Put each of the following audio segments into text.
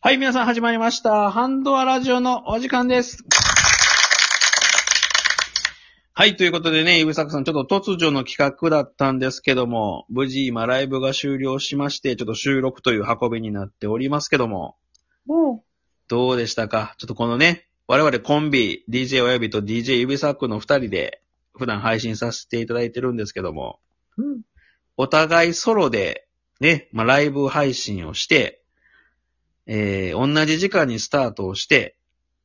はい、皆さん始まりました。ハンドアラジオのお時間です。はい、ということでね、イブサクさん、ちょっと突如の企画だったんですけども、無事今ライブが終了しまして、ちょっと収録という運びになっておりますけども、もどうでしたかちょっとこのね、我々コンビ、DJ 親指と DJ 指サクの二人で、普段配信させていただいてるんですけども、う、うん。お互いソロで、ね、まあ、ライブ配信をして、えー、同じ時間にスタートをして、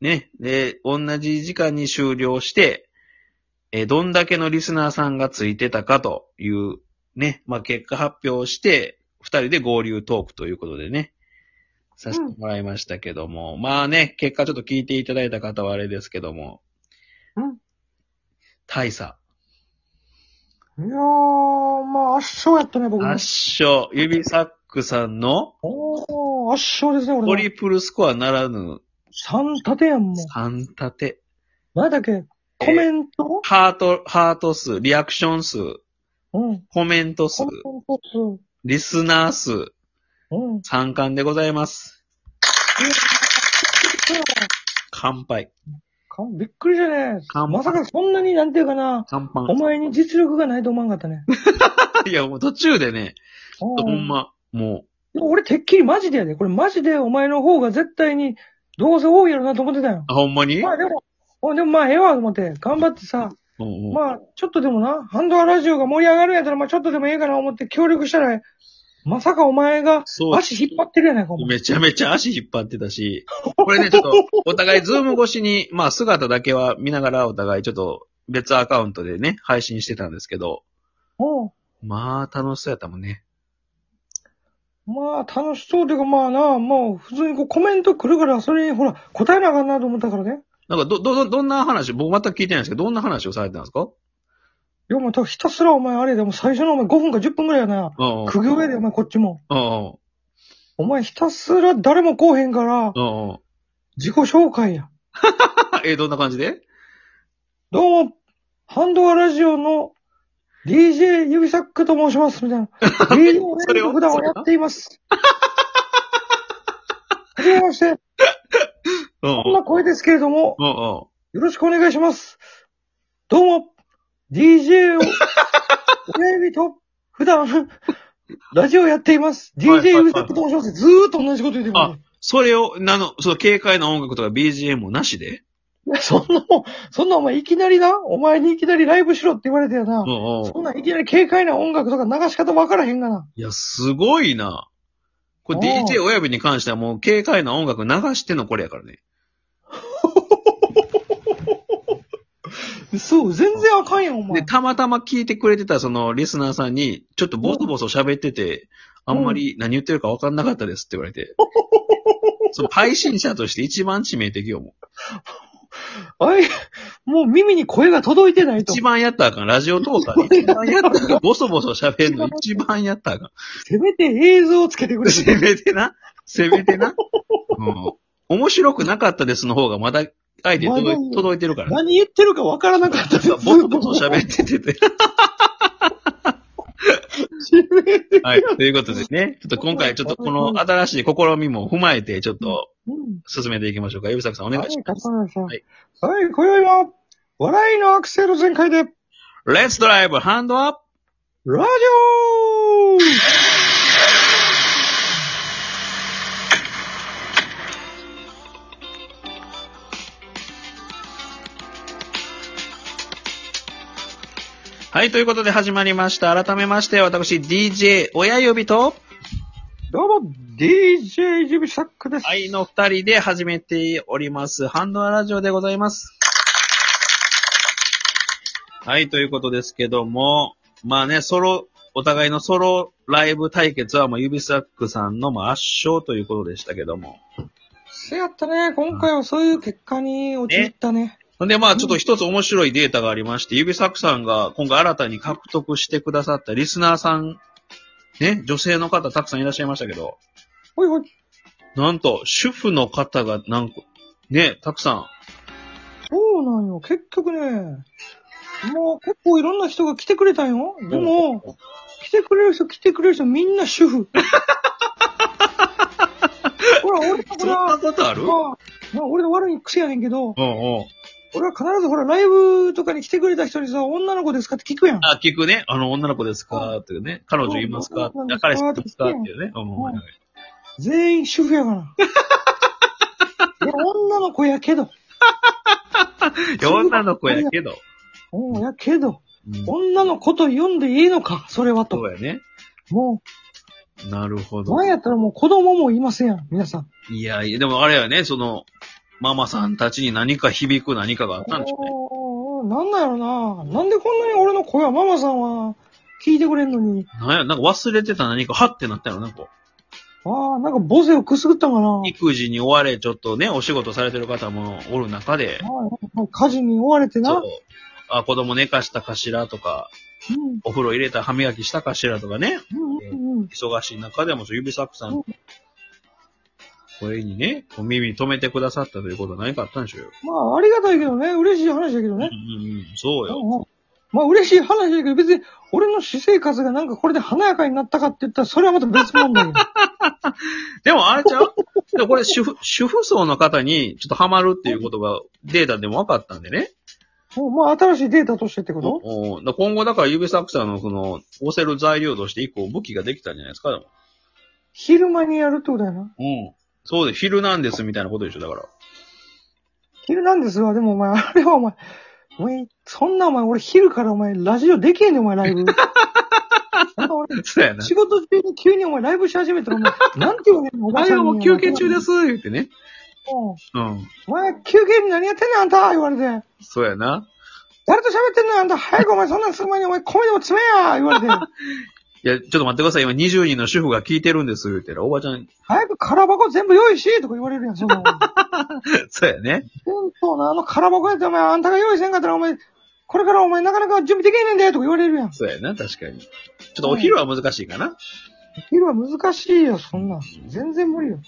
ね、で、同じ時間に終了して、えー、どんだけのリスナーさんがついてたかという、ね、まあ、結果発表をして、二人で合流トークということでね、させてもらいましたけども、まあね、結果ちょっと聞いていただいた方はあれですけども、うん。大差。いやー、まあ圧勝やったね、僕も。圧勝、指サックさんの、おー、圧勝ですね、ト俺リも。プルスコアならぬ三立てやん、もう。 3立て。何だっけコメント、ハート、ハート数、リアクション数、うん。コメント数コ、メント数。リスナー数、うん。 3冠でございます。乾杯。かびっくりしたね。乾杯まさかそんなになんていうかな、乾お杯。前に実力がないと思わんかったね。 いや、もう途中でね、 ほほん。ま、もでも俺てっきりマジでやで。これマジでお前の方が絶対に、どうせ多いやろなと思ってたよ。う、あ、ほんまにまあでも、おでもまあええわと思って、頑張ってさ、うんうんまあ、ちょっとでもな、ハンドアラジオが盛り上がるんやったら、まあちょっとでもええかな思って協力したら、まさかお前がそう足引っ張ってるやないか、お前。めちゃめちゃ足引っ張ってたし、これね、ちょっ と、お互いズーム越しに、まあ姿だけは見ながらお互いちょっと別アカウントでね、配信してたんですけど、うん。まあ楽しそうやったもんね。まあ楽しそうというか、まあな、もう普通にこうコメント来るから、それにほら、答えなあかんなと思ったからね。なんか、ど、ど、ど、どんな話、僕全く聞いてないんですけど、どんな話をされてたんですかいや、もう多分ひたすらお前あれでもう最初のお前5分か10分くらいやな。うんうん。釘上でお前こっちも。うんうんお前ひたすら誰も来おへんから、うん うん。自己紹介や。え、どんな感じでどうも、ハンドアラジオの DJ 指サックと申します、みたいな。DJ をそれを普段はやっています。はじめま して、うんうこんん。な声ですけれども、うんうん。よろしくお願いします。どうも、DJ を、親指と、普段、ラジオやっています。はいはい DJ 指サックと申します。ずーっと同じこと言ってまあす。、それを、なの、その軽快な音楽とか BGM もなしでいや そんなもん、そんなお前いきなりな、お前にいきなりライブしろって言われてやなうん。うん。そんないきなり軽快な音楽とか流し方わからへんがな。いや、すごいな。これおう DJ 親指に関してはもう軽快な音楽流してのこれやからね。そう、全然あかんやん、おで、前。たまたま聞いてくれてたそのリスナーさんに、ちょっとボソボソ喋ってて、あうんんまり何言ってるか分かんなかったですって言われ て。その配信者として一番致命的よ、もう。あい、もう耳に声が届いてないと一。番やったらあかん。ラジオトーカーで一番やったらあかん。ボソボソ喋るの一番やったらあかせめて映像をつけてくん。れ。せめてな。せめてな。うん。面白くなかったですの方がまだ相手届い届いてるから。何言ってるかわからなかったです。ボソボソ喋ってて て。はい。ということでね。ちょっと今回ちょっとこの新しい試みも踏まえて、ちょっとうん。進めていきましょうか。指作さんお願いします。 はい、さん。ははいい、今宵は、笑いのアクセル全開で、ラジ Let's drive! ハンドアップオはい。ということで始まりました。改めまして、私 DJ 親指と、どうも、DJ ジビサックです。愛の二人で始めております。ハンドアラジオでございます。はい、ということですけども、まあね、ソロ、お互いのソロライブ対決はもう指サックさんのまあ圧勝ということでしたけども。せやったね。今回はそういう結果に陥ったね。ほんでまあちょっと一つ面白いデータがありまして、指サックさんが今回新たに獲得してくださったリスナーさん、ね、女性の方たくさんいらっしゃいましたけど、ほいほい。なんと主婦の方がなんか、ね、たくさんそうなんよ。結局ね、もう結構いろんな人が来てくれたんよ。でも、 来てくれる人、来てくれる人、みんな主婦。こら、俺、そほんら、なことあるまあ、まあ、俺の悪い癖やねんけど、おうおう俺は必ずほら、ライブとかに来てくれた人にさ、女の子ですかって聞くやん。あ、聞くね。あの、女の子ですかっていうね。彼女いますかそうあ彼氏いますかっていうね。うんうんうん全員主婦 やから。いや、女の子やけど。いや女の子やけど。うん、やけど、うん女の子と呼んでいいのか、それはそと。うやね。もなるほう、どなん。やったらもう子供もいませんやん、皆さん。いやいや、でもあれやね、その、ママさんたちに何か響く何かがあったんでしょうね。おーなんだろな。なんでこんなに俺の声はママさんは聞いてくれんのに。なんや、なんか忘れてた何か、はってなったよ、なんか。ああ、なんか母性をくすぐったんかな。育児に追われ、ちょっとね、お仕事されてる方もおる中で、まあ家事に追われてそなう。。あ、子供寝かしたかしらとか、うん。お風呂入れた歯磨きしたかしらとかね、うんうんうん。忙しい中でも、そう指サックさうんん、声にね、お耳止めてくださったということは何かあったんでしょうよ。まあ、ありがたいけどね。嬉しい話だけどね。うんうんうん、そうよ。うんうんまあ、嬉しい話だけど、別に、俺の私生活がなんかこれで華やかになったかって言ったら、それはまた別 問題よ。でもあれちゃ うでもこれ主婦、主婦層の方にちょっとハマるっていうことがデータでも分かったんでね。もう、まあ、新しいデータとしてってことおおだ今後だから指サックさんのその、押せる材料として一個武器ができたんじゃないですか、でも。昼間にやるってことやな。うん。そうで、昼なんですみたいなことでしょ、だから。昼なんですわ。でも、お前、あれはお前、お前、そんなお前、俺昼からお前、ラジオできへんねん、お前、ラ イブ。なんか俺 そうやな。仕事中に急にお前、ライブし始めたら、お前、なんて言われんのおあ前れはもう休憩中で。す、言ってね。うんうん。お前、休憩に何やってんねん、あんた言われて。そうやな。誰と喋ってんのよあんた、早くお前、そんなんする前にお前、米でも詰めや言われて。いや、ちょっと待ってください。今20人の主婦が聞いてるんです、言ってら、おばちゃん。早く空箱全部用意しとか言われるやん、そんなもん。そうやね。本当な、あの空箱やったらお前、あんたが用意せんかったらお前、これからお前なかなか準備できへんねんで、とか言われるやん。そうやな、確かに。ちょっとお昼は難しいかな。昼は難しいよ、そんなん。全然無理よ。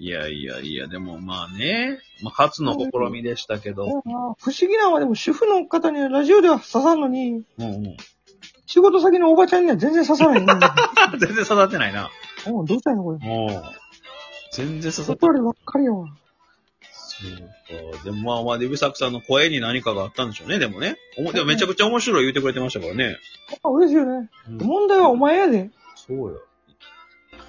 いやいやいや、でもまあね。まあ、初の試みでしたけど。でもな不思議なのはでも主婦の方にはラジオでは刺さんのに、うんうん。仕事先のおばちゃんには全然 刺さないね。全然刺さってないな。うん、どうしたんのこれ。もう。全然刺さって断るばっかりやわ。そうか。でもまあまあ、デビサクさんの声に何かがあったんでしょうね、でもね。おもでもめちゃくちゃ面白い言うてくれてましたからね。やっぱ嬉しいよね。うん、問題はお前やで。そうよ。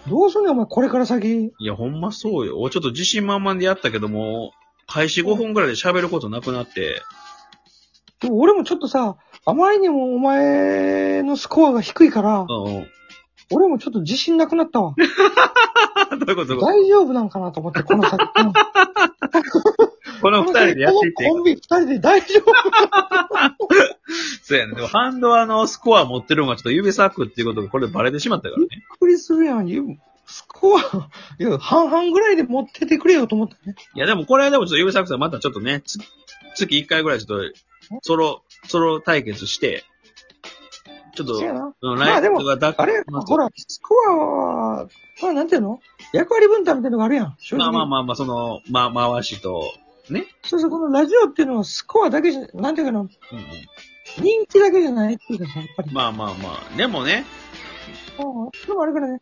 どうすんねん、お前、これから先。いや、ほんまそうよ。俺ちょっと自信満々でやったけども、開始5分くらいで喋ることなくなって、でも俺もちょっとさ、あまりにもお前のスコアが低いから、うんうん。 俺もちょっと自信なくなったわ。どういうことどういうこ大丈夫なんかなと思って、この 先。ことこの二人でやっていっていいこのコンビ二人で大丈夫そうやね。でもハンドはあのスコア持ってるのがちょっと指サクっていうことがこれでバレてしまったからね。びっくりするやん。ゆスコア、いや、半々ぐらいで持っててくれよと思ったね。いや、でもこれでもちょっと指サクさんまたちょっとね、つ月1回ぐらいちょっと、ソロ、ソロ対決して、ちょっと、そうやな。うんまあライでブもがだっあれ、まあほら、スコアは、まあなんていうの役割分担みたいなのがあるやん。正ま直あまあまあまあ、その、まあ、回しと、そうそう、このラジオっていうのはスコアだけじゃ、なんていうかな、うんうん人気だけじゃないっていうかさ、やっぱり。まあまあまあ、でもね、うんでもあれからね、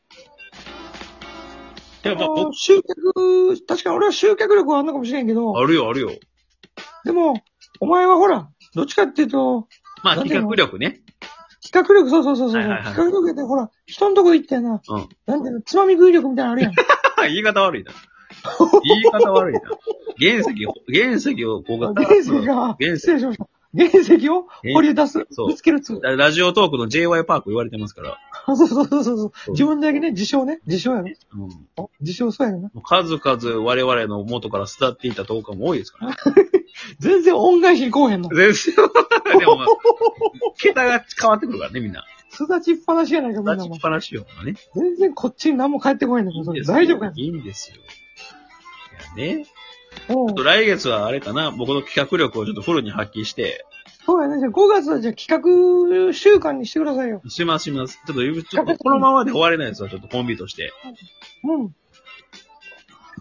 でもまああの集客、確かに俺は集客力はあんのかもしれんけど僕、、あるよあるよ。でも、お前はほら、どっちかっていうと、まあ、なん企ていうの画力ね。 企画力、そうそうそうそう、はいはいはい企画力ってほら、人のとこ行ってな、うんなんていうの、つまみ食い力みたいなのある やん。言い方 悪いな。言い方悪いな。原石を、原石をこうが 原石が、原石失礼しました。原石を掘り出す。そうぶつけるっつう。ラジオトークの JY パーク言われてますから。あそうそうそうそうそう自分だけね、自称ね。自称やろ。うん、あ自称そうやろな。数々我々の元から巣立っていたトークも多いですから、ね。全然恩返しに来おへんの。全然、でもまあ、桁が変わってくるからね、みんな。すだちっぱなしやないか、みんな立ちもっ。ぱなしよ、ね。全然こっちに何も返ってこへんのいいんそれですよ大丈夫かよ。いいんですよ。いやね。おちょっとう来月はあれかな、僕の企画力をちょっとフルに発揮して、そうやね。じゃあ5月はじゃあ企画週間にしてくださいよ。しますします。ちょっとゆ、ちょっとこのままで終われないですわ、ちょっとコンビとして。うん。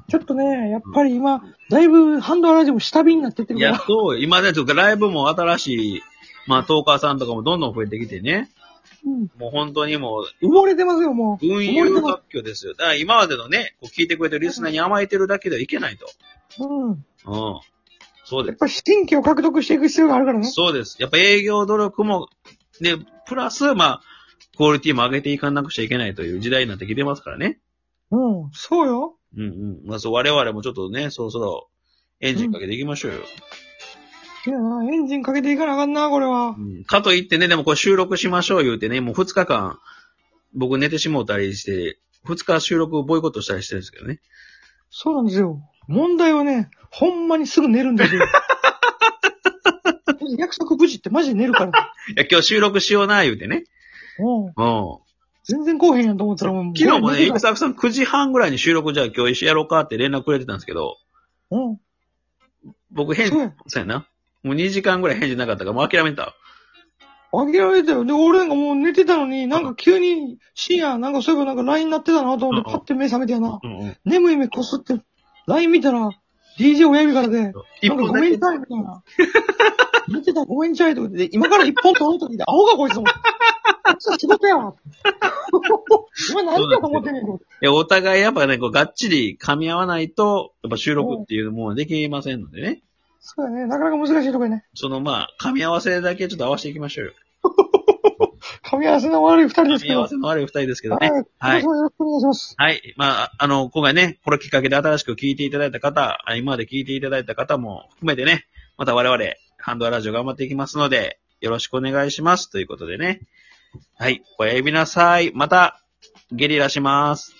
ちょっとね、やっぱり今、だいぶハンドアラジオも下火になってっているかや、ら。そう、今ね、ちょっとライブも新しい、まあ、トーカーさんとかもどんどん増えてきてね。うんもう本当にもう、埋もれてますよ、もう。群雄割拠ですよ。だから今までのね、こう聞いてくれてるリスナーに甘えてるだけではいけないと。うん。うん。そうやでっぱ新規を獲得していく必要があるからねす。。そうです。やっぱ営業努力も、ね、プラス、まあ、クオリティも上げていかなくちゃいけないという時代になってきてますからね。うん。そうよ。うんうん。まあ、そう、我々もちょっとね、そろそろエンジンかけていきましょうよ。いやなエンジンかけていかなあかんな、これはう。んかといってね、でもこれ収録しましょう言うてね、もう2日間、僕寝てしもうたりして、2日収録ボイコットしたりしてるんですけどね。そうなんですよ。問題はね、ほんまにすぐ寝るんですよ。 約束無事ってマジで寝るから。いや、今日収録しような言うてね。うん。うん。全然来おへんやんと思ったらもう。昨日もね、う育作さん9時半ぐらいに収録じゃあ今日一緒やろうかって連絡くれてたんですけど、ん。僕返そう事、や。そうやな。もう2時間ぐらい返事なかったからもう諦めた。諦めたよ。で、俺なんかもう寝てたのに、なんか急に深夜、なんかそういえばなんか LINE なってたなと思うって、んパうんッて目覚めてやな。うんうん。眠い目こすって、LINE 見たら、DJ 親指からで、一なんか本ごだめけんち。ゃいみたいな。見てたらごめんちゃいとか言って、今から一本取ろうと聞いて、アホがこいつも。こいつは仕事やわ。 今何だと思ってんねんけど。いや、お互いやっぱね、こうがっちり噛み合わないと、やっぱ収録っていうものはできませんのでね。そうだね。なかなか難しいとこやね。そのまあ、噛み合わせだけちょっと合わせていきましょうよ。噛み合わせの悪い二人です噛けみ合わど。せの悪い二人ですけどはいね。。はい皆様よろしくお願いします。はい。まあ、あの、今回ね、これきっかけで新しく聞いていただいた方、あ今まで聞いていただいた方も含めてね、また我々、ハンドアラジオ頑張っていきますので、よろしくお願いします。ということでね。はい。おやすみなさい。また、ゲリラします。